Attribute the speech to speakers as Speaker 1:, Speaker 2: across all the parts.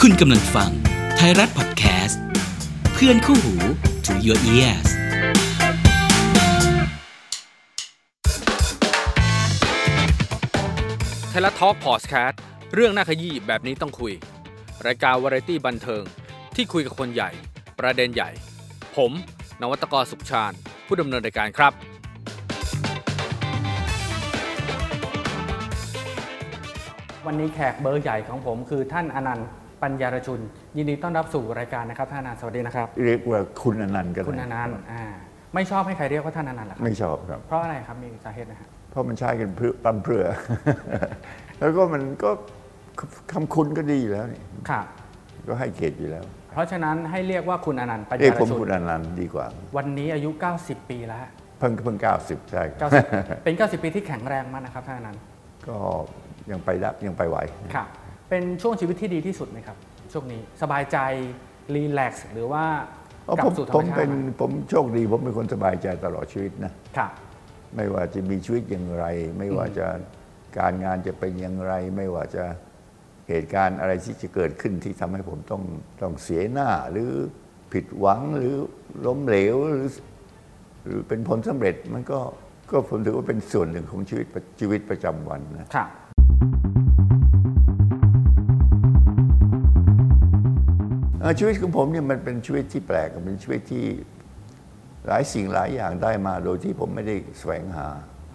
Speaker 1: คุณกำลังฟังไทยรัฐพอดแคสต์เพื่อนคู่หู to your ears
Speaker 2: ไทยรัฐทอล์กพอดแคสต์เรื่องน่าขยี้แบบนี้ต้องคุย รายการวาไรตี้บันเทิง ที่คุยกับคนใหญ่ ประเด็นใหญ่ ผม นวัตกรสุขชาญ ผู้ดำเนินรายการครับ
Speaker 3: วันนี้แขกเบอร์ใหญ่ของผมคือท่านอนันต์ปัญญารชุน ยินดีต้อนรับสู่รายการนะครับท่านอนันต์สวัสดีนะครับ
Speaker 4: เรียกว่าคุณอนันต์กัน
Speaker 3: คุณอนันต์อ่าไม่ชอบให้ใครเรียกว่าท่านอนันต์เหรอครับ
Speaker 4: ไม่ชอบครับ
Speaker 3: เพราะอะไรครับมีสาเหตุนะฮะ
Speaker 4: เพราะมันใช้กันเพื่อปั๊มเพื่อ แล้วก็มันก็คำคุณก็ดีอยู่แล้วนี่
Speaker 3: ครับ
Speaker 4: ก็ให้เกียรติอยู่แล้ว
Speaker 3: เพราะฉะนั้นให้เรียกว่าคุณอนันต์ปัญ
Speaker 4: เรีย
Speaker 3: ญาก ร
Speaker 4: ผม
Speaker 3: ชุ
Speaker 4: คุ
Speaker 3: น
Speaker 4: ณอนันต์ดีกว่า
Speaker 3: วันนี้อายุ 90 ปีแล้วฮะ
Speaker 4: เพิ่งเพิ่งเก้าสิบใช่ครับ
Speaker 3: 90 เป็น 90 ปีที่แข็งแรงมากนะครับท่านอนันต์
Speaker 4: ก็ยังไปได้ยังไปไหว
Speaker 3: ครับเป็นช่วงชีวิตที่ดีที่สุดไหมครับช่วงนี้สบายใจรีแลกซ์หรือว่า
Speaker 4: อ๋อก
Speaker 3: ลั
Speaker 4: ผม
Speaker 3: บสู่ธร
Speaker 4: ผ
Speaker 3: รม
Speaker 4: ม
Speaker 3: ชา
Speaker 4: เป็
Speaker 3: ติ
Speaker 4: น
Speaker 3: ไหม
Speaker 4: ผมโชคดี ผมเป็นคนสบายใจตลอดชีวิตนะ
Speaker 3: ครับ
Speaker 4: ไม่ว่าจะมีชีวิตอย่างไร ไม่ว่าจะการงานจะเป็นอย่างไร ไม่ว่าจะเหตุการณ์อะไรที่จะเกิดขึ้นที่ทำให้ผมต้องต้องเสียหน้า หรือผิดหวังหรือล้มเหลวหรือ หรือเป็นผลสำเร็จมันก็ก็ผมถือว่าเป็นส่วนหนึ่งของชีวิตประชีวิตประจำวันนะ
Speaker 3: ครับ
Speaker 4: เอ่อชีวิตของผมเนี่ยมันเป็นชีวิตที่แปลกเป็นชีวิตที่หลายสิ่งหลายอย่างได้มาโดยที่ผมไม่ได้แสวงหา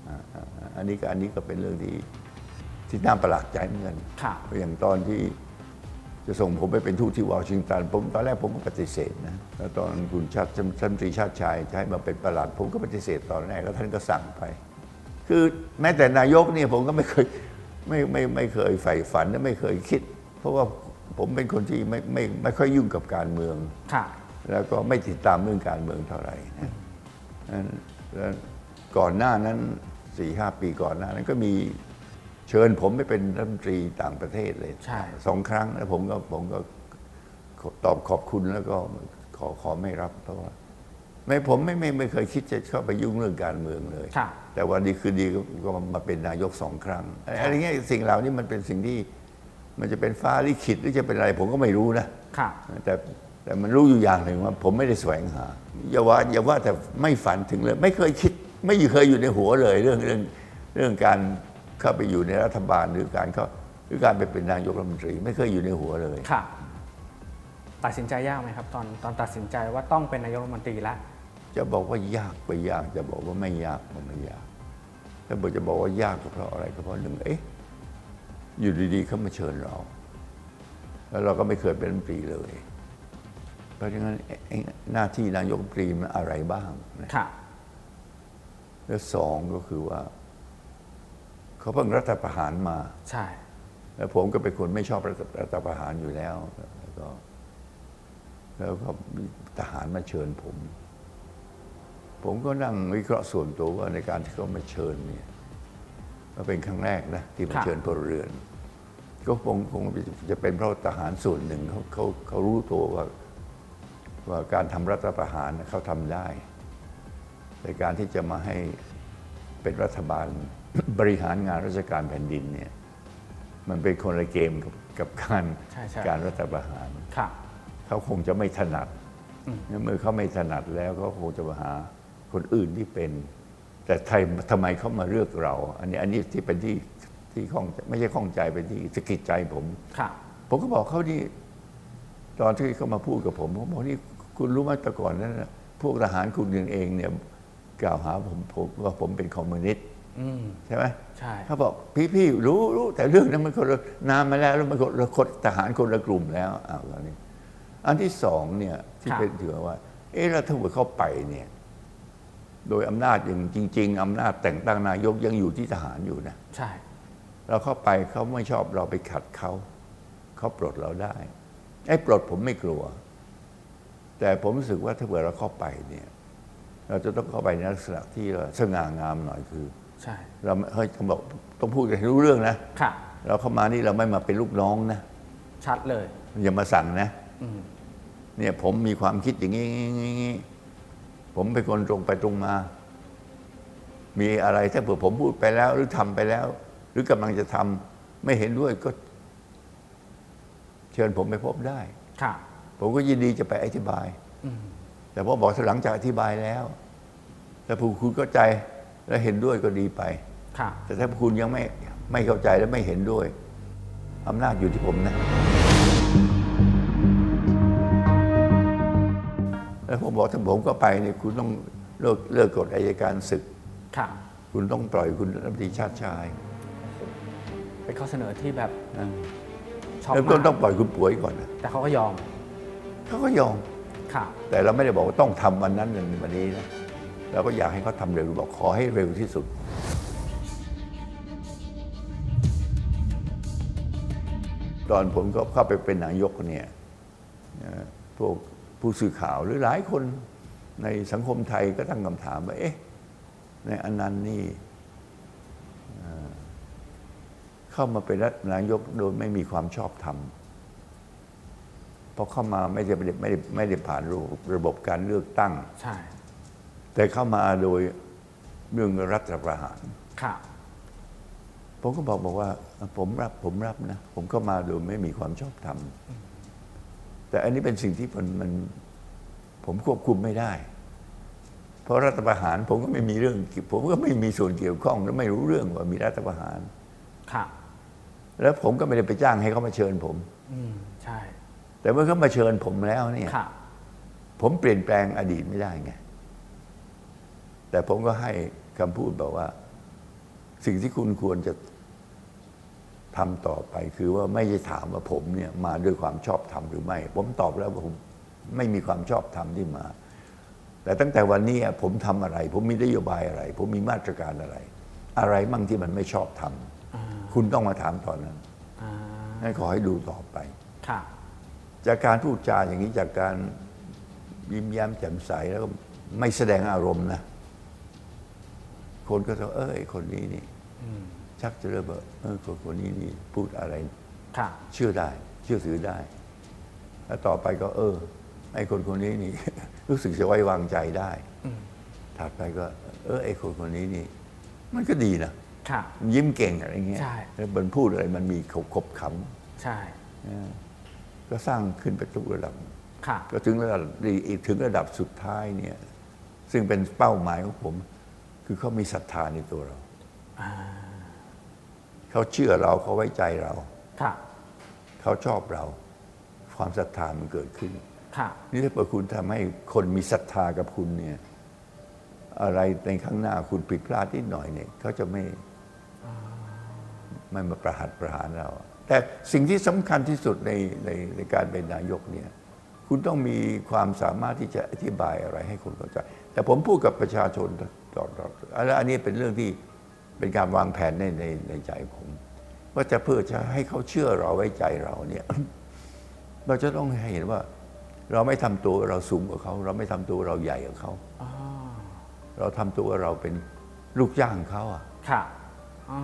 Speaker 4: อ่าอ่าอ่าอันนี้ก็อันนี้ก็เป็นเรื่องที่ที่น่าประหลาดใจเหมือนกัน
Speaker 3: ครับ
Speaker 4: อย่างตอนที่จะส่งผมไปเป็นทูตที่วอชิงตันผมตอนแรกผมก็ปฏิเสธนะแล้วตอนคุณชาติชัมตรีชาติชายจะให้มาเป็นประหลัด ผมก็ปฏิเสธตอนแรกแล้วท่านก็สั่งไป คือแม้แต่นายกเนี่ยผมก็ไม่เคยไม่ไม่ไม่เคยใฝ่ฝันและไม่เคยคิด เพราะว่าผมเป็นคนที่ไม่ไม่ไม่ค่อยยุ่งกับการเมือง
Speaker 3: ครับ
Speaker 4: แล้วก็ไม่ติดตามเรื่องการเมืองเท่าไหร่นะนั้นแล้วก่อนหน้านั้นสี่ห้าปีก่อนหน้านั้นก็มีเชิญผมไปเป็นรัฐมนตรีต่างประเทศเลย
Speaker 3: ใช่
Speaker 4: สองครั้งแล้วผมก็ผมก็ขอตอบขอบคุณแล้วก็ขอขอไม่รับ เพราะว่า ไม่ผมไม่ไม่ไม่เคยคิดจะเข้าไปยุ่งเรื่องการเมืองเลย
Speaker 3: ครับ
Speaker 4: แต่วันดีคืนดีก็ก็มาเป็นนายกสองครั้งอะไรอะไรเงี้ยสิ่งเหล่านี้มันเป็นสิ่งที่มันจะเป็นฟ้าลิขิตหรือจะเป็นอะไร ผมก็ไม่รู้นะ
Speaker 3: ครับ
Speaker 4: แต่แต่มันรู้อยู่อย่างหนึ่งว่า ผมไม่ได้แสวงหาอย่าว่าอย่าว่าแต่ไม่ฝันถึงเลย ไม่เคยคิด ไม่เคยอยู่ในหัวเลย เรื่องเรื่องเรื่องการเข้าไปอยู่ในรัฐบาลหรือการเข้าหรือการไปเป็นนายกรัฐมนตรี ไม่เคยอยู่ในหัวเลย
Speaker 3: ค่ะตัดสินใจยากไหมครับ ตอนตอนตัดสินใจว่าต้องเป็นนายกรัฐมนตรีแล้ว
Speaker 4: จะบอกว่ายากไปยากจะบอกว่าไม่ยากก็ไม่ยากถ้าบอกจะบอกว่ายากก็เพราะอะไรก็เพราะหนึ่งเอ๊ะอยู่ดีๆเขามาเชิญเรา แล้วเราก็ไม่เคยเป็นรัฐมนตรีเลย เพราะฉะนั้นเอ๊ะเอ๊ะหน้าที่นายกรัฐมนตรีมันอะไรบ้างนะ
Speaker 3: ค่ะ
Speaker 4: และสองก็คือว่า เขาเพิ่งรัฐประหารมา
Speaker 3: ใช่
Speaker 4: แล้วผมก็เป็นคนไม่ชอบรัฐรัฐประหารอยู่แล้ว แล้วก็ แล้วก็มีทหารมาเชิญผม ผมก็นั่งวิเคราะห์ส่วนตัวว่าในการที่เขามาเชิญเนี่ยมันเป็นครั้งแรกนะที่มาเชิญพลเรือน ก็คงคงจะเป็นเพราะทหารส่วนหนึ่งเขาเขาเขารู้ตัวว่า ว่าการทำรัฐประหารน่ะเขาทำได้ แต่การที่จะมาให้เป็นรัฐบาล บริหารงานราชการแผ่นดินเนี่ย มันเป็นคนละเกมกับกับการ
Speaker 3: ใช่ใช่
Speaker 4: การรัฐประหาร
Speaker 3: ค่ะ
Speaker 4: เขาคงจะไม่ถนัดเมื่อเขาไม่ถนัดแล้วเขาคงจะมาหาคนอื่นที่เป็น แต่ไทยทำไมเขามาเลือกเรา อันนี้อันนี้ที่เป็นที่ที่ข้องไม่ใช่ข้องใจเป็นที่สะกิดใจผม
Speaker 3: ค่ะ
Speaker 4: ผมก็บอกเขานี่ตอนที่เขามาพูดกับผมผมบอกนี่คุณรู้ไหมแต่ก่อนนั้นน่ะพวกทหารคุณเองเองเนี่ยกล่าวหาผมผมว่าผมเป็นคอมมิวนิสต์
Speaker 3: อืม
Speaker 4: ใช่ไหม
Speaker 3: ใช่
Speaker 4: เขาบอกพี่พี่รู้รู้แต่เรื่องนั้นมันคนละนานมาแล้วแล้วมันคนละคนทหารคนละกลุ่มแล้วอ้าวแล้วนี่อันที่สองเนี่ยที่เป็นถือว่า เออแล้วถ้าเกิดเข้าไปเนี่ย โดยอำนาจอย่างจริง ๆอำนาจแต่งตั้งนายกยังอยู่ที่ทหารอยู่นะ
Speaker 3: ใช่
Speaker 4: เราเข้าไปเขาไม่ชอบเราไปขัดเขาเขาปลดเราได้ไอ้ปลดผมไม่กลัว แต่ผมรู้สึกว่าถ้าเกิดเราเข้าไปเนี่ย เราจะต้องเข้าไปในลักษณะที่เราสง่างามหน่อยคือ
Speaker 3: ใช่
Speaker 4: เราไม่เฮ้ยเขาบอกต้องพูดให้รู้เรื่องนะ
Speaker 3: ค่ะ
Speaker 4: เราเข้ามานี่เราไม่มาเป็นลูกน้องนะ
Speaker 3: ชัดเลย
Speaker 4: อย่ามาสั่งนะ
Speaker 3: อืม
Speaker 4: เนี่ยผมมีความคิดอย่างนี้งี้ผมเป็นคนตรงไปตรงมา มีอะไรถ้าเผื่อผมพูดไปแล้ว หรือทำไปแล้ว หรือกำลังจะทำไม่เห็นด้วยก็ เชิญผมไปพบได้
Speaker 3: ค่ะ
Speaker 4: ผมก็ยินดีจะไปอธิบาย
Speaker 3: อืม
Speaker 4: แต่พอบอกหลังจากอธิบายแล้ว แล้วผู้คุณเข้าใจและเห็นด้วยก็ดีไป
Speaker 3: ค่ะ
Speaker 4: แต่ถ้าคุณยังไม่ไม่เข้าใจและไม่เห็นด้วยอำนาจอยู่ที่ผมนะ แล้วผมบอกถ้าผมก็ไปเนี่ยคุณต้องเลิกเลิกกฎอายการศึก
Speaker 3: ค่ะ
Speaker 4: คุณต้องปล่อยคุณรัฐมนตรีชาติชาย
Speaker 3: เป็นข้อเสนอที่แบบ
Speaker 4: นะ
Speaker 3: ช็อก
Speaker 4: เริ่มต้นต้อ
Speaker 3: มาก
Speaker 4: งปล่อยคุณป่วยก่อนนะ
Speaker 3: แต่เขาก็ยอม
Speaker 4: เขาก็ยอม
Speaker 3: ค่ะ
Speaker 4: แต่เราไม่ได้บอกว่าต้องทำวันนั้นวันนี้วันนี้นะเราก็อยากให้เขาทำเร็วบอกขอให้เร็วที่สุด ตอนผมก็เข้าไปเป็นนายกเนี่ยนะพวกผู้สื่อข่าวหรือหลายคนในสังคมไทยก็ตั้งคำถามว่าเอ๊ะในายอนันต์นี่เอ่อเข้ามาเป็นรัฐนายกโดยไม่มีความชอบธรรม เพราะเข้ามาไม่ได้ไม่ได้ไม่ได้ไม่ได้ผ่านระบบระบบการเลือกตั้ง
Speaker 3: ใช่
Speaker 4: แต่เข้ามาโดยเรื่องรัฐประหาร
Speaker 3: ค่ะ
Speaker 4: ผมก็บอกบอกว่า ผมรับผมรับนะ ผมเข้ามาโดยไม่มีความชอบธรรม แต่อันนี้เป็นสิ่งที่มันมันผมควบคุมไม่ได้ เพราะรัฐประหารผมก็ไม่มีเรื่อง ผมก็ไม่มีส่วนเกี่ยวข้องและไม่รู้เรื่องว่ามีรัฐประหาร
Speaker 3: ค่ะ
Speaker 4: แล้วผมก็ไม่ได้ไปจ้างให้เขามาเชิญผม
Speaker 3: อืม ใช่
Speaker 4: แต่เมื่อเขามาเชิญผมแล้วเนี่ย
Speaker 3: ค่ะ
Speaker 4: ผมเปลี่ยนแปลงอดีตไม่ได้ไง แต่ผมก็ให้คำพูดบอกว่า สิ่งที่คุณควรจะทำต่อไป คือว่าไม่ได้ถามว่าผมเนี่ยมาด้วยความชอบธรรมหรือไม่ ผมตอบแล้วว่าผมไม่มีความชอบธรรมที่มา แต่ตั้งแต่วันนี้อะผมทำอะไร ผมมีนโยบายอะไร ผมมีมาตรการอะไร อะไรมั่งที่มันไม่ชอบธรรมคุณต้องมาถามตอนนั้น
Speaker 3: อ่า
Speaker 4: งั้นขอให้ดูต่อไป
Speaker 3: ค่ะ
Speaker 4: จากการพูดจาอย่างนี้จากการยิ้มแย้มแจ่มใสแล้วก็ไม่แสดงอารมณ์นะ คนก็จะเออไอ้คนนี้นี่ชักจะเริ่มว่าเออคนคนนี้นี่พูดอะไร
Speaker 3: ค่ะ
Speaker 4: เชื่อได้ เชื่อถือได้ แล้วต่อไปก็ เออไอ้คนคนนี้นี่ รู้สึกจะไว้วางใจได้ ถัดไปก็ เออไอ้คนคนนี้นี่ มันก็ดีนะ
Speaker 3: ค่ะ
Speaker 4: มันยิ้มเก่งอะไรเงี้ย
Speaker 3: ใช่
Speaker 4: แล้วมันพูดอะไรมันมีขบขบข
Speaker 3: ใช่
Speaker 4: ำเออก็สร้างขึ้นไปทุกระดับ
Speaker 3: ค่ะ
Speaker 4: ก็ถึงระดับอีกถึงระดับสุดท้ายเนี่ย ซึ่งเป็นเป้าหมายของผม คือเขามีศรัทธาในตัวเราเขาเชื่อเราเขาไว้ใจเรา
Speaker 3: ค่ะ
Speaker 4: เขาชอบเรา ความศรัทธามันเกิดขึ้น
Speaker 3: ค่ะ
Speaker 4: นี่ถ้าเผื่อคุณทำให้คนมีศรัทธากับคุณเนี่ย อะไรในข้างหน้าคุณผิดพลาดนิดหน่อยเนี่ยเขาจะไม่ไม่มาประหัตประหารเรา แต่สิ่งที่สำคัญที่สุดในในในการเป็นนายกเนี่ย คุณต้องมีความสามารถที่จะอธิบายอะไรให้คนเข้าใจ แต่ผมพูดกับประชาชนตลอดๆแล้วอันนี้เป็นเรื่องที่เป็นการวางแผนในในในใจผม ว่าจะเพื่อจะให้เขาเชื่อเราไว้ใจเราเนี่ย เราจะต้องให้เห็นว่า เราไม่ทำตัวเราสูงกว่าเขา เราไม่ทำตัวเราใหญ่กว่าเขาเราทำตัวเราเป็นลูกจ้างเขาอะ
Speaker 3: ค่ะอ๋อ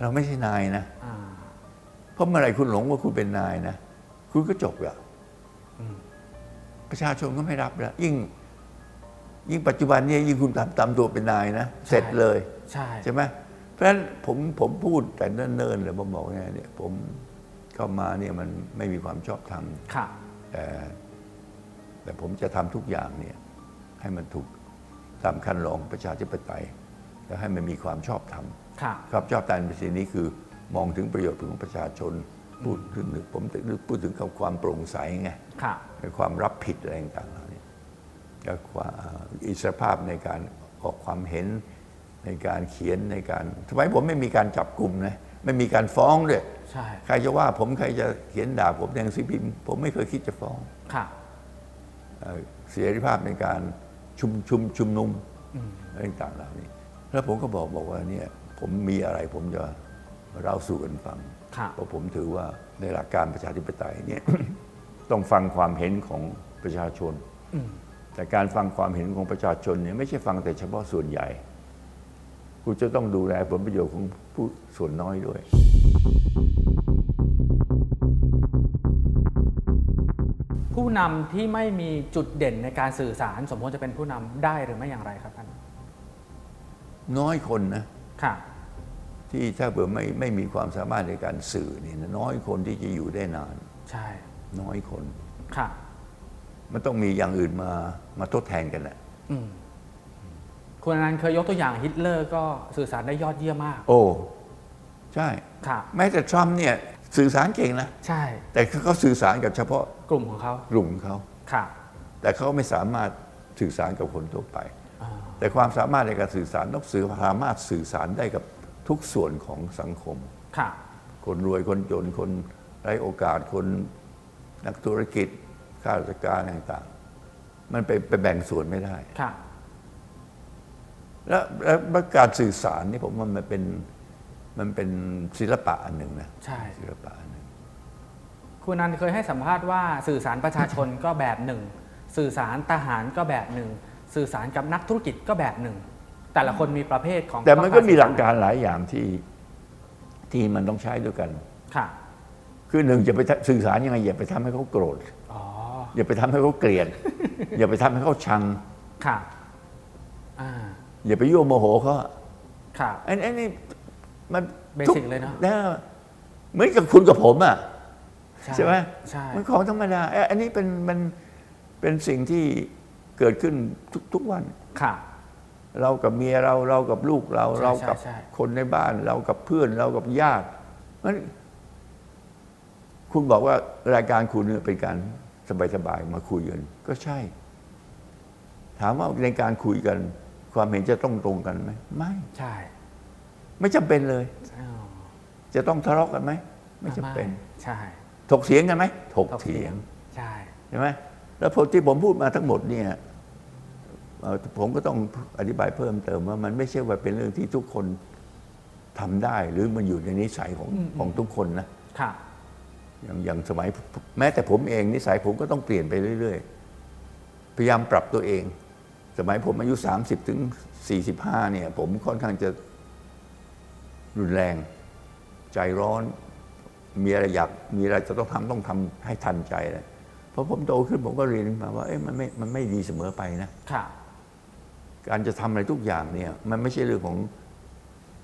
Speaker 4: เราไม่ใช่นายนะ
Speaker 3: อ่า
Speaker 4: เพราะเมื่อไหร่คุณหลงว่าคุณเป็นนายนะ คุณก็จบอะประชาชนก็ไม่รับแล้วยิ่ง ยิ่งปัจจุบันเนี่ยยิ่งคุณตามตามตัวเป็นนายนะ เสร็จเลย
Speaker 3: ใช่
Speaker 4: ใช่ไหมเพราะฉะนั้นผมผมพูดแต่เนิ่นๆเลยผมบอกไงเนี่ย ผมเข้ามาเนี่ยมันไม่มีความชอบธรรม
Speaker 3: ค่ะ
Speaker 4: แต่แต่ผมจะทำทุกอย่างเนี่ยให้มันถูกตามคันลองประชาธิปไตย และให้มันมีความชอบธรรม
Speaker 3: ค่ะ
Speaker 4: ความชอบธรรมในสิ่งนี้คือมองถึงประโยชน์ของประชาชน พูดถึงผมพูดถึงความโปร่งใสไง
Speaker 3: ค่ะ
Speaker 4: ความรับผิดอะไรต่างๆเหล่านี้และความอิสรภาพในการออกความเห็นในการเขียนในการทำไมผมไม่มีการจับกลุ่มนะไม่มีการฟ้องด้วย
Speaker 3: ใช่
Speaker 4: ใครจะว่าผมใครจะเขียนด่าผมในหนังสือพิมพ์ผมไม่เคยคิดจะฟ้อง
Speaker 3: ค่ะ
Speaker 4: เอ่อเสรีภาพในการชุมชุมชุมนุมอะไรต่างๆเหล่านี้ แล้วผมก็บอกบอกว่าเนี่ยผมมีอะไรผมจะเล่าสู่กันฟัง
Speaker 3: ค่ะ
Speaker 4: เพราะผมถือว่าในหลักการประชาธิปไตยเนี่ย ต้องฟังความเห็นของประชาชน แต่การฟังความเห็นของประชาชนเนี่ยไม่ใช่ฟังแต่เฉพาะส่วนใหญ่ คุณจะต้องดูแลผลประโยชน์ของผู้ส่วนน้อยด้วย
Speaker 3: ผู้นำที่ไม่มีจุดเด่นในการสื่อสาร สมควรจะเป็นผู้นำได้หรือไม่อย่างไรครับท่าน
Speaker 4: น้อยคนนะ
Speaker 3: ค่ะ
Speaker 4: ที่ถ้าเผื่อไม่ไม่มีความสามารถในการสื่อเนี่ยนะน้อยคนที่จะอยู่ได้นาน
Speaker 3: ใช่
Speaker 4: น้อยคน
Speaker 3: ค่ะ
Speaker 4: มันต้องมีอย่างอื่นมามาทดแทนกันแหละ
Speaker 3: อืมคุณอนันต์เคยยกตัวอย่างฮิตเลอร์ก็สื่อสารได้ยอดเยี่ยมมาก
Speaker 4: โอ้ ใช่
Speaker 3: ค่ะ
Speaker 4: แม้แต่ทรัมป์เนี่ยสื่อสารเก่งนะ
Speaker 3: ใช่
Speaker 4: แต่เขาสื่อสารกับเฉพาะ
Speaker 3: กลุ่มของเขา
Speaker 4: กลุ่มเขา
Speaker 3: ค่ะ
Speaker 4: แต่เขาไม่สามารถสื่อสารกับคนทั่วไป
Speaker 3: อ่า
Speaker 4: แต่ความสามารถในการสื่อสารต้องสื่อสามารถสื่อสารได้กับทุกส่วนของสังคม
Speaker 3: ค่ะ
Speaker 4: คนรวยคนจนคนไร้โอกาสคนนักธุรกิจข้าราชการต่างๆ มันไปไปแบ่งส่วนไม่ได้
Speaker 3: ค่ะ
Speaker 4: แล้วแล้วแล้วการสื่อสารนี่ผมว่ามันเป็นมันเป็นศิลปะอันหนึ่งนะ
Speaker 3: ใช่
Speaker 4: ศิลปะอันหนึ่ง
Speaker 3: คุณอนันต์เคยให้สัมภาษณ์ว่าสื่อสารประชาชน ก็แบบหนึ่ง สื่อสารทหารก็แบบหนึ่ง สื่อสารกับนักธุรกิจก็แบบหนึ่ง แต่ละคนมีประเภทของ
Speaker 4: แต่มันก็มีหลัก
Speaker 3: ต้
Speaker 4: การหลายอย่างที่ที่มันต้องใช้ด้วยกัน
Speaker 3: ค่ะ
Speaker 4: คือหนึ่งอย่าไปสื่อสารยังไงอย่าไปทำให้เขาโกรธ
Speaker 3: อ๋อ
Speaker 4: อย่าไปทำให้เขาเก ลียด อย่าไปทำให้เขาชัง
Speaker 3: ค่ะ อ่า
Speaker 4: อย่าไปยั่วโมโหเขา
Speaker 3: ค่ะ
Speaker 4: ไอ้ไอ้นี่มัน
Speaker 3: Basic
Speaker 4: ทุ
Speaker 3: เลยเนอะ
Speaker 4: นะเหมือนกับคุณกับผมอ่ะ ใช่ไหม
Speaker 3: ใช่
Speaker 4: มันของธรรมดาเอ้ยอันนี้เป็นมันเป็นสิ่งที่เกิดขึ้นทุกทุกวัน
Speaker 3: ค่ะ
Speaker 4: เรากับเมียเราเรากับลูกเรา
Speaker 3: ใช่
Speaker 4: เรากับ
Speaker 3: ใช่ใช่
Speaker 4: คนในบ้าน เรากับเพื่อนเรากับญาติมันคุณบอกว่ารายการคุณเนี่ยเป็นการสบายๆมาคุยกันก็ใช่ ถามว่าในการคุยกัน ความเห็นจะต้องตรงกันไหมไม่
Speaker 3: ใช่
Speaker 4: ไม่จำเป็นเลย
Speaker 3: อ้าว
Speaker 4: จะต้องทะเลาะกันไหมไม่จำเป็น
Speaker 3: ใช่
Speaker 4: ถกเถียงกันไหมถกเถียง
Speaker 3: ใช่
Speaker 4: ใช่ไหมแล้วผมที่ผมพูดมาทั้งหมดเนี่ยเอ่อผมก็ต้องอธิบายเพิ่มเติมว่ามันไม่ใช่ว่าเป็นเรื่องที่ทุกคนทำได้ หรือมันอยู่ในนิสัยของของทุกคนนะ
Speaker 3: ค่ะ
Speaker 4: อย่างอย่างสมัยแม้แต่ผมเองนิสัยผมก็ต้องเปลี่ยนไปเรื่อย ๆ พยายามปรับตัวเอง สมัยผมอายุ 30 ถึง 45เนี่ย ผมค่อนข้างจะรุนแรง ใจร้อน มีอะไรอยากมีอะไรจะต้องทำต้องทำให้ทันใจเลยเพราะผมโตขึ้นผมก็เรียนมาว่าเอ้ยมันไม่มันไม่ดีเสมอไปนะ
Speaker 3: ค่ะ
Speaker 4: การจะทำอะไรทุกอย่างเนี่ยมันไม่ใช่เรื่องของ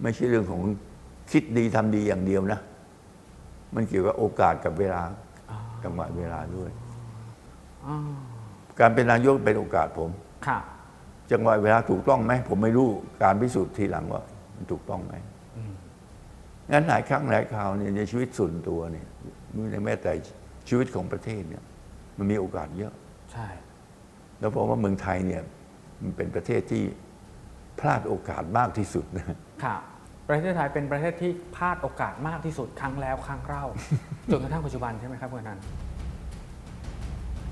Speaker 4: ไม่ใช่เรื่องของคิดดีทำดีอย่างเดียวนะ มันเกี่ยวกับโอกาสกับเวลาจังหวะเวลาด้วย การเป็นนายกเป็นโอกาสผม
Speaker 3: ค่ะ
Speaker 4: จังหวะเวลาถูกต้องไหมผมไม่รู้การพิสูจน์ทีหลังว่ามันถูกต้องไหมงั้นหลายครั้งหลายคราวเนี่ยในชีวิตส่วนตัวเนี่ยในแม้แต่ชีวิตของประเทศเนี่ย มันมีโอกาสเยอะ
Speaker 3: ใช่
Speaker 4: แล้วผมว่าเมืองไทยเนี่ยมันเป็นประเทศที่พลาดโอกาสมากที่สุดนะ
Speaker 3: ค่ะ ประเทศไทยเป็นประเทศที่พลาดโอกาสมากที่สุดครั้งแล้วครั้ง เล่า จนกระทั่งปัจจุบันใช่ไหมครับคุณอนันต์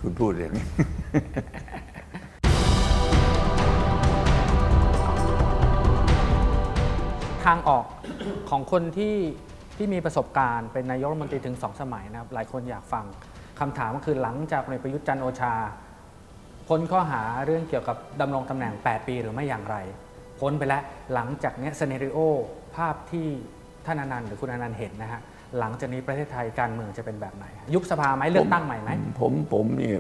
Speaker 4: คุณพูดเลยนี่
Speaker 3: ทางออก ของคนที่ที่มีประสบการณ์เป็นนายกรัฐมนตรีถึงสองสมัยนะครับ หลายคนอยากฟังคำถามก็คือหลังจากพลเอกประยุทธ์จันทร์โอชา พ้นข้อหาเรื่องเกี่ยวกับดำรงตำแหน่ง 8 ปีหรือไม่อย่างไร พ้นไปแล้วหลังจากเนี้ยซีเนริโอภาพที่ท่านอนันต์หรือคุณอนันต์เห็นนะฮะหลังจากนี้ประเทศไทยการเมืองจะเป็นแบบไหน ยุบสภาไหมเลือกตั้งใหม่ไหม
Speaker 4: ผมผมเนี่ย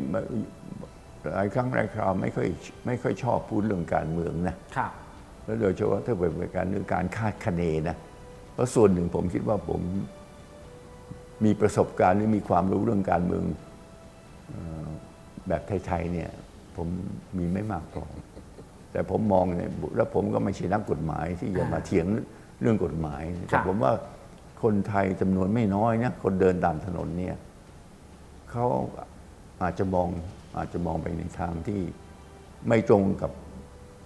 Speaker 4: หลายครั้งหลายคราวไม่ค่อยไม่ค่อยชอบพูดเรื่องการเมืองนะ
Speaker 3: ค่ะ
Speaker 4: แล้วโดยเฉพาะถ้าเป็นการเรื่องการคาดคะเนนะเพราะส่วนหนึ่งผมคิดว่าผมมีประสบการณ์หรือมีความรู้เรื่องการเมืองเอ่อแบบไทยๆเนี่ย ผมมีไม่มากพอแต่ผมมองเนี่ยแล้วผมก็ไม่ใช่นักกฎหมายที่จะมาเถียงเรื่องกฎหมาย แต่ผมว่าคนไทยจำนวนไม่น้อยนะคนเดินตามถนนเนี่ยเขาอาจจะมองอาจจะมองไปในทางที่ไม่ตรงกับ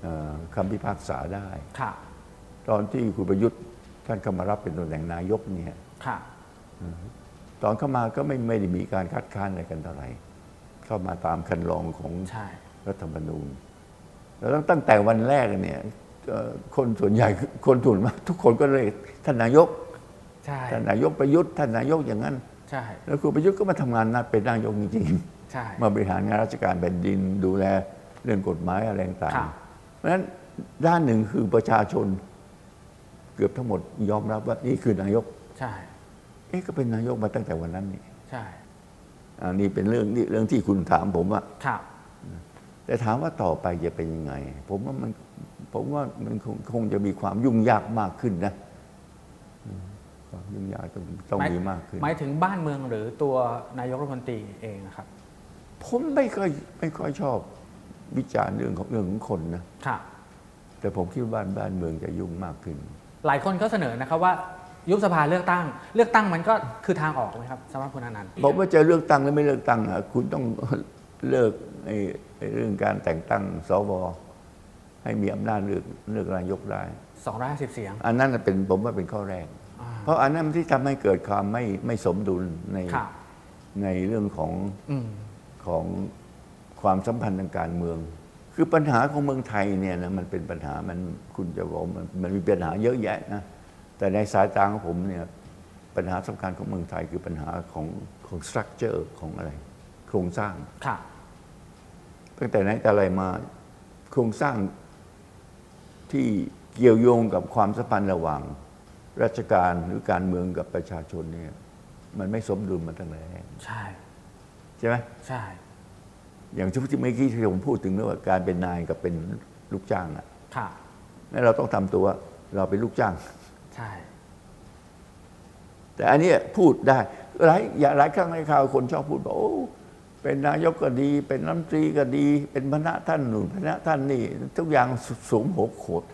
Speaker 4: เอ่อคำพิพากษาได้
Speaker 3: ค่ะ
Speaker 4: ตอนที่คุณประยุทธ์ท่านเข้ามารับเป็นตำแหน่งนายกเนี่ย
Speaker 3: ค่ะ
Speaker 4: ตอนเข้ามาก็ไม่ไม่ได้มีการคัดค้านอะไรกันเท่าไหร่เข้ามาตามคันลองของ
Speaker 3: ใช่
Speaker 4: รัฐธรรมนูญ แล้วตั้งแต่วันแรกเนี่ยเอ่อคนส่วนใหญ่คนส่วนมากทุกคนก็เลยกท่านนายก
Speaker 3: ใช่
Speaker 4: ท่านนายกประยุทธ์ท่านนายกอย่างนั้น
Speaker 3: ใช่
Speaker 4: แล้วคุณประยุทธ์ก็มาทำงานนะเป็นนายกจริงๆ
Speaker 3: ใช่
Speaker 4: มาบริหารงานราชการแผ่นดินดูแลเรื่องกฎหมายอะไรต่าง
Speaker 3: ค่ะ
Speaker 4: ๆเพราะฉะนั้นด้านหนึ่งคือประชาชน เกือบทั้งหมดยอมรับว่านี่คือนายก
Speaker 3: ใช่
Speaker 4: เอ๊ะก็เป็นนายกมาตั้งแต่วันนั้นนี่
Speaker 3: ใช่
Speaker 4: อันนี้เป็นเรื่องนี่เรื่องที่คุณถามผมว่า
Speaker 3: ค่ะ
Speaker 4: แต่ถามว่าต่อไปจะเป็นยังไง ผมว่ามันผมว่ามันคงคงจะมีความยุ่งยากมากขึ้นนะ ความยุ่งยากต้องต้อง
Speaker 3: หาย
Speaker 4: มีมากขึ้น
Speaker 3: หมายถึงบ้านเมืองหรือตัวนายกรัฐมนตรีเองนะครับ
Speaker 4: ผมไม่ค่อยไม่ค่อยชอบวิจารณ์เรื่องของเรื่องของคนนะ
Speaker 3: ค่ะ
Speaker 4: แต่ผมคิดว่าบ้านบ้านเมืองจะยุ่งมากขึ้น
Speaker 3: หลายคนก็เสนอนะครับว่ายุบสภาเลือกตั้ง เลือกตั้งมันก็คือทางออกไหมครับสำหรับคุณอนันต์
Speaker 4: ผมว่าจะเลือกตั้งหรือไม่เลือกตั้งอะคุณต้อง เลิกไอ้ไอ้เรื่องการแต่งตั้งสวให้มีอำนาจเลือกเลือกนายกได้
Speaker 3: 250 เสียง
Speaker 4: อันนั้นน่ะเป็นผมว่าเป็นข้อแรก เพราะอันนั้นที่ทำให้เกิดความไม่ไม่สมดุลใน
Speaker 3: ค่ะ
Speaker 4: ในเรื่องของ
Speaker 3: อืม
Speaker 4: ของความสัมพันธ์ทางการเมือง คือปัญหาของเมืองไทยเนี่ยนะมันเป็นปัญหามันคุณจะบอกมันมันมีปัญหาเยอะแยะนะแต่ในสายตาของผมเนี่ยปัญหาสำคัญของเมืองไทยคือปัญหาของของสตรัคเจอร์ของอะไร โครงสร้าง
Speaker 3: ค่ะ
Speaker 4: ตั้งแต่ไหนแต่ไรมาโครงสร้างที่เกี่ยวโยงกับความสัมพันธ์ระหว่าง ราชการหรือการเมืองกับประชาชนเนี่ยมันไม่สมดุลมาตั้งแต่แรก
Speaker 3: ใช่
Speaker 4: ใช่ไหม
Speaker 3: ใช่
Speaker 4: อย่างที่เมื่อกี้ที่ผมพูดถึงเรื่องว่าการเป็นนายกับเป็นลูกจ้างอะ
Speaker 3: ค่ะ
Speaker 4: แล้วเราต้องทำตัวว่าเราเป็นลูกจ้าง
Speaker 3: ใช่
Speaker 4: แต่อันเนี้ยพูดได้หลายอย่างหลายครั้งในข่าวคนชอบพูดบอกโอ้เป็นนายกก็ดี เป็นรัฐมนตรีก็ดี เป็นพนะท่านหนุนพนะท่านนี่ ทุกอย่างสสวมหัวโขน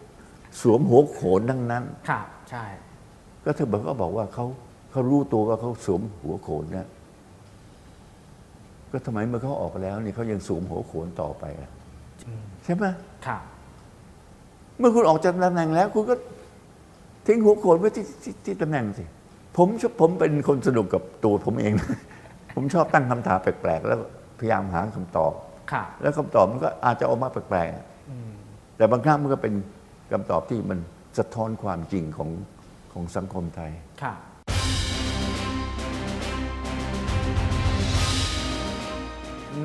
Speaker 4: สวมหัวโขนทั้งนั้น
Speaker 3: ค่ะใช่
Speaker 4: ก็เธอบอกก็บอกว่าเขาเขารู้ตัวว่าเขาสวมหัวโขนนะก็ทำไมเมื่อเขาออกแล้วนี่เขายังสวมหัวโขนต่อไปอะใช่ไหม
Speaker 3: ค่ะ
Speaker 4: เมื่อคุณออกจากตำแหน่งแล้ว คุณก็ทิ้งหัวโขนไว้ที่ที่ที่ตำแหน่งสิผมชอบผมเป็นคนสนุกกับตัวผมเอง ผมชอบตั้งคำถามแปลกๆ แล้วพยายามหาคำตอบ
Speaker 3: ค่ะ
Speaker 4: แล้วคำตอบมันก็อาจจะออกมาแปลกๆอะแต่บางครั้งมันก็เป็นคำตอบที่มันสะท้อนความจริงของของสังคมไทย
Speaker 3: ค่ะ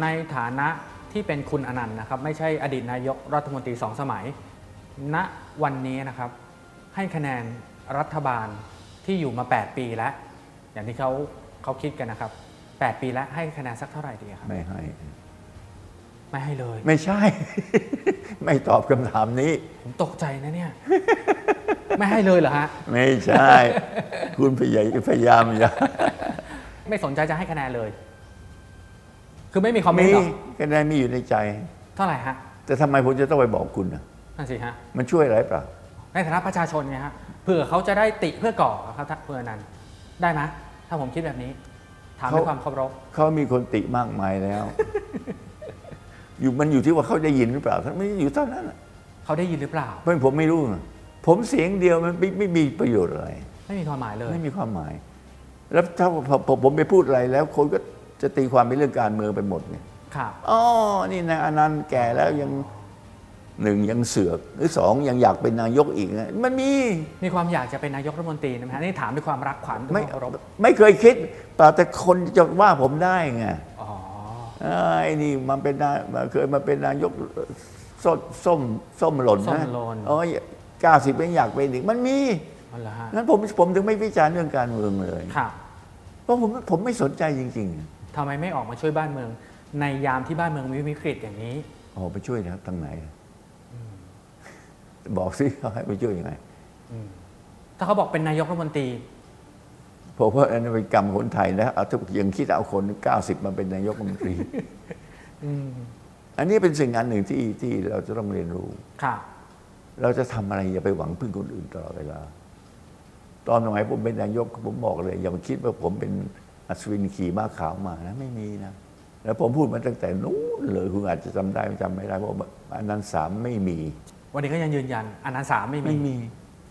Speaker 3: ในฐานะที่เป็นคุณอนันต์นะครับ ไม่ใช่อดีตนายกรัฐมนตรีสองสมัย ณวันนี้นะครับ ให้คะแนนรัฐบาลที่อยู่มา 8 ปีแล้ว อย่างที่เขาเขาคิดกันนะครับ 8 ปีแล้วให้คะแนนสักเท่าไหร่ดีครับ
Speaker 4: ไม่ให้
Speaker 3: ไม่ให้เลย
Speaker 4: ไม่ใช่ ไม่ตอบคำถามนี้
Speaker 3: ผมตกใจนะเนี่ย ไม่ให้เลยเหรอฮะ
Speaker 4: ไม่ใช่ คุณพยายพยายามอย่า
Speaker 3: ไม่สนใจจะให้คะแนนเลย คือ ไม่มีคอมเมนต์
Speaker 4: มี
Speaker 3: เหรอ
Speaker 4: คะแนนมีอยู่ในใจ
Speaker 3: เท่าไหร่ฮะ
Speaker 4: แต่ทำไมผมจะต้องไปบอกคุณน่ะ
Speaker 3: นั่นสิฮะ
Speaker 4: มันช่วยอะไรเปล่า
Speaker 3: ในฐานะประชาชนไงฮะเผื่อเขาจะได้ติเพื่อก่อครับท่านเพื่อนั้นได้ไหมถ้าผมคิดแบบนี้ ถามด้วย
Speaker 4: เขา
Speaker 3: ความเคารพ
Speaker 4: เขามีคนติมากมาย แล้ว อยู่มันอยู่ที่ว่าเขาได้ยินหรือเปล่าถ้าไม่อยู่เท่านั้นน่ะ
Speaker 3: เขาได้ยินหรือเปล่า
Speaker 4: เพราะผมไม่รู้น่ะผมเสียงเดียวมันไม่ไม่มีประโยชน์อะไร
Speaker 3: ไม่มีความหมายเลย
Speaker 4: ไม่มีความหมาย แล้วถ้าผมผมผมไปพูดอะไรแล้ว คนก็จะตีความเป็นเรื่องการเมืองไปหมดเนี่ย
Speaker 3: ค่ะ
Speaker 4: อ๋อ นี่นายอนันต์แก่แล้วยังหนึ่งยังเสือก หรือสองยังอยากเป็นนายกอีกนะมันมี
Speaker 3: มีความอยากจะเป็นนายกรัฐมนตรีนะฮะนี่ถามด้วยความรักขวัญด้ว
Speaker 4: ไม่
Speaker 3: ยความเคารพ
Speaker 4: ไม่เคยคิดเปล่าแต่คนจะว่าผมได้ไง
Speaker 3: อ๋อ
Speaker 4: เอ้ยไอ้นี่มันเป็นนายมันเคยมาเป็นนายกส้มส้มส้มหล่น
Speaker 3: ส้ม
Speaker 4: นะ
Speaker 3: โลน
Speaker 4: โอ้ยเก้าสิบไม่อยากเป็นอีกมันมี
Speaker 3: นั่นเหรอฮะ
Speaker 4: งั้นผมผมถึงไม่วิจารณ์เรื่องการเมืองเลย
Speaker 3: ค่ะ
Speaker 4: เพราะผมผมไม่สนใจจริง
Speaker 3: ทำไมไม่ออกมาช่วยบ้านเมือง ในยามที่บ้านเมืองมีวิกฤตอย่างนี้
Speaker 4: ๆอ๋อไปช่วยนะทางไหนอะบอกสิเขาให้ไปช่วยยังไง
Speaker 3: ถ้าเขาบอกเป็นนายกรัฐมนตรี
Speaker 4: ผมว่าอันนั้นเป็นกรรมคนไทยนะเอาทุกยังคิดเอาคน 90 มาเป็นนายกรัฐมนตรีอันนี้เป็นสิ่งอันหนึ่งที่ที่เราจะต้องเรียนรู้
Speaker 3: ค่ะ
Speaker 4: เราจะทำอะไรอย่าไปหวังพึ่งคนอื่นตลอดเวลา ตอนสมัยผมเป็นนายกผมบอกเลย อย่ามาคิดว่าผมเป็นอัศวินขี่ม้าขาวมานะไม่มีนะ แล้วผมพูดมาตั้งแต่นู้นเลยคุณอาจจะจำได้จำไม่ได้เพราะว่าอันนั้นสามไม่มี
Speaker 3: วันนี้ก็ยังยืนยันอันนั้นสามไม่มี
Speaker 4: ไม่มี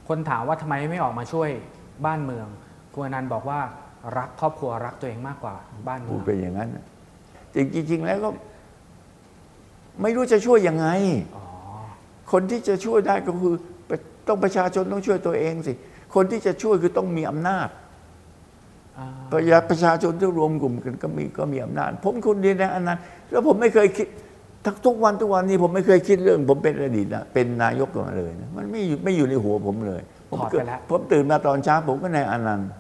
Speaker 3: คนถามว่าทำไมไม่ออกมาช่วยบ้านเมือง คุณอนันต์บอกว่ารักครอบครัวรักตัวเองมากกว่าบ้านเมื
Speaker 4: พู
Speaker 3: อ
Speaker 4: ด
Speaker 3: ง
Speaker 4: ไปอย่างนั้นน่ะจริงจริง ๆ แล้วก็ ไม่รู้จะช่วยยังไง คนที่จะช่วยได้ก็คือต้องประชาชนต้องช่วยตัวเองสิ คนที่จะช่วยคือต้องมีอำนาจ
Speaker 3: อ่า
Speaker 4: ประชาประชาชนที่รวมกลุ่มกันก็มีก็มีอำนาจ ผมคนเดียวนะอันนั้น แล้วผมไม่เคยคิดทักทุกวันทุกวันนี้ผมไม่เคยคิดเรื่อง ผมเป็นอดีตนะเป็นนายกมาเลยนะมันไม่อยู่ไม่อยู่ในหัวผมเลยผม
Speaker 3: ถอด
Speaker 4: เกิ
Speaker 3: ไป
Speaker 4: ด
Speaker 3: แล้ว
Speaker 4: ผมตื่นมาตอนเช้าผมก็นายอนันต์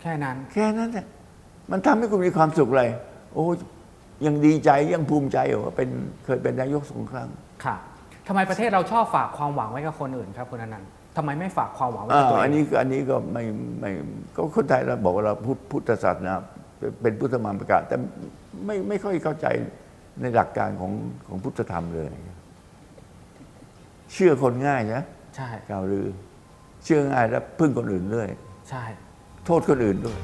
Speaker 3: แค่นั้น
Speaker 4: แค่นั้นแหละมันทำให้คุณมีความสุขอะไร โอ้ยยังดีใจยังภูมิใจเหรอว่าเป็นเคยเป็นนายกสองครั้ง
Speaker 3: ค่ะทำไมประเทศเราชอบฝากความหวังไว้กับคนอื่นครับคุณอนันต์ ทำไมไม่ฝากความหวังไว้
Speaker 4: อ่า
Speaker 3: กับตัว
Speaker 4: อัน
Speaker 3: เอ
Speaker 4: นี้
Speaker 3: ง
Speaker 4: ก็อันนี้ก็ไม่ไม่ก็คนไทยเราบอกว่าเราพุทธพุทธศาสนาเป็นพุทธมามประกาศ แต่ไม่ไม่ค่อยเข้าใจในหลักการของของพุทธธรรมเลย เชื่อคนง่ายนะ
Speaker 3: ใช่
Speaker 4: กล่าวลือ เชื่อง่ายแล้วพึ่งคนอื่นเรื่อย
Speaker 3: ใช่
Speaker 4: โทษคนอื่นด้วย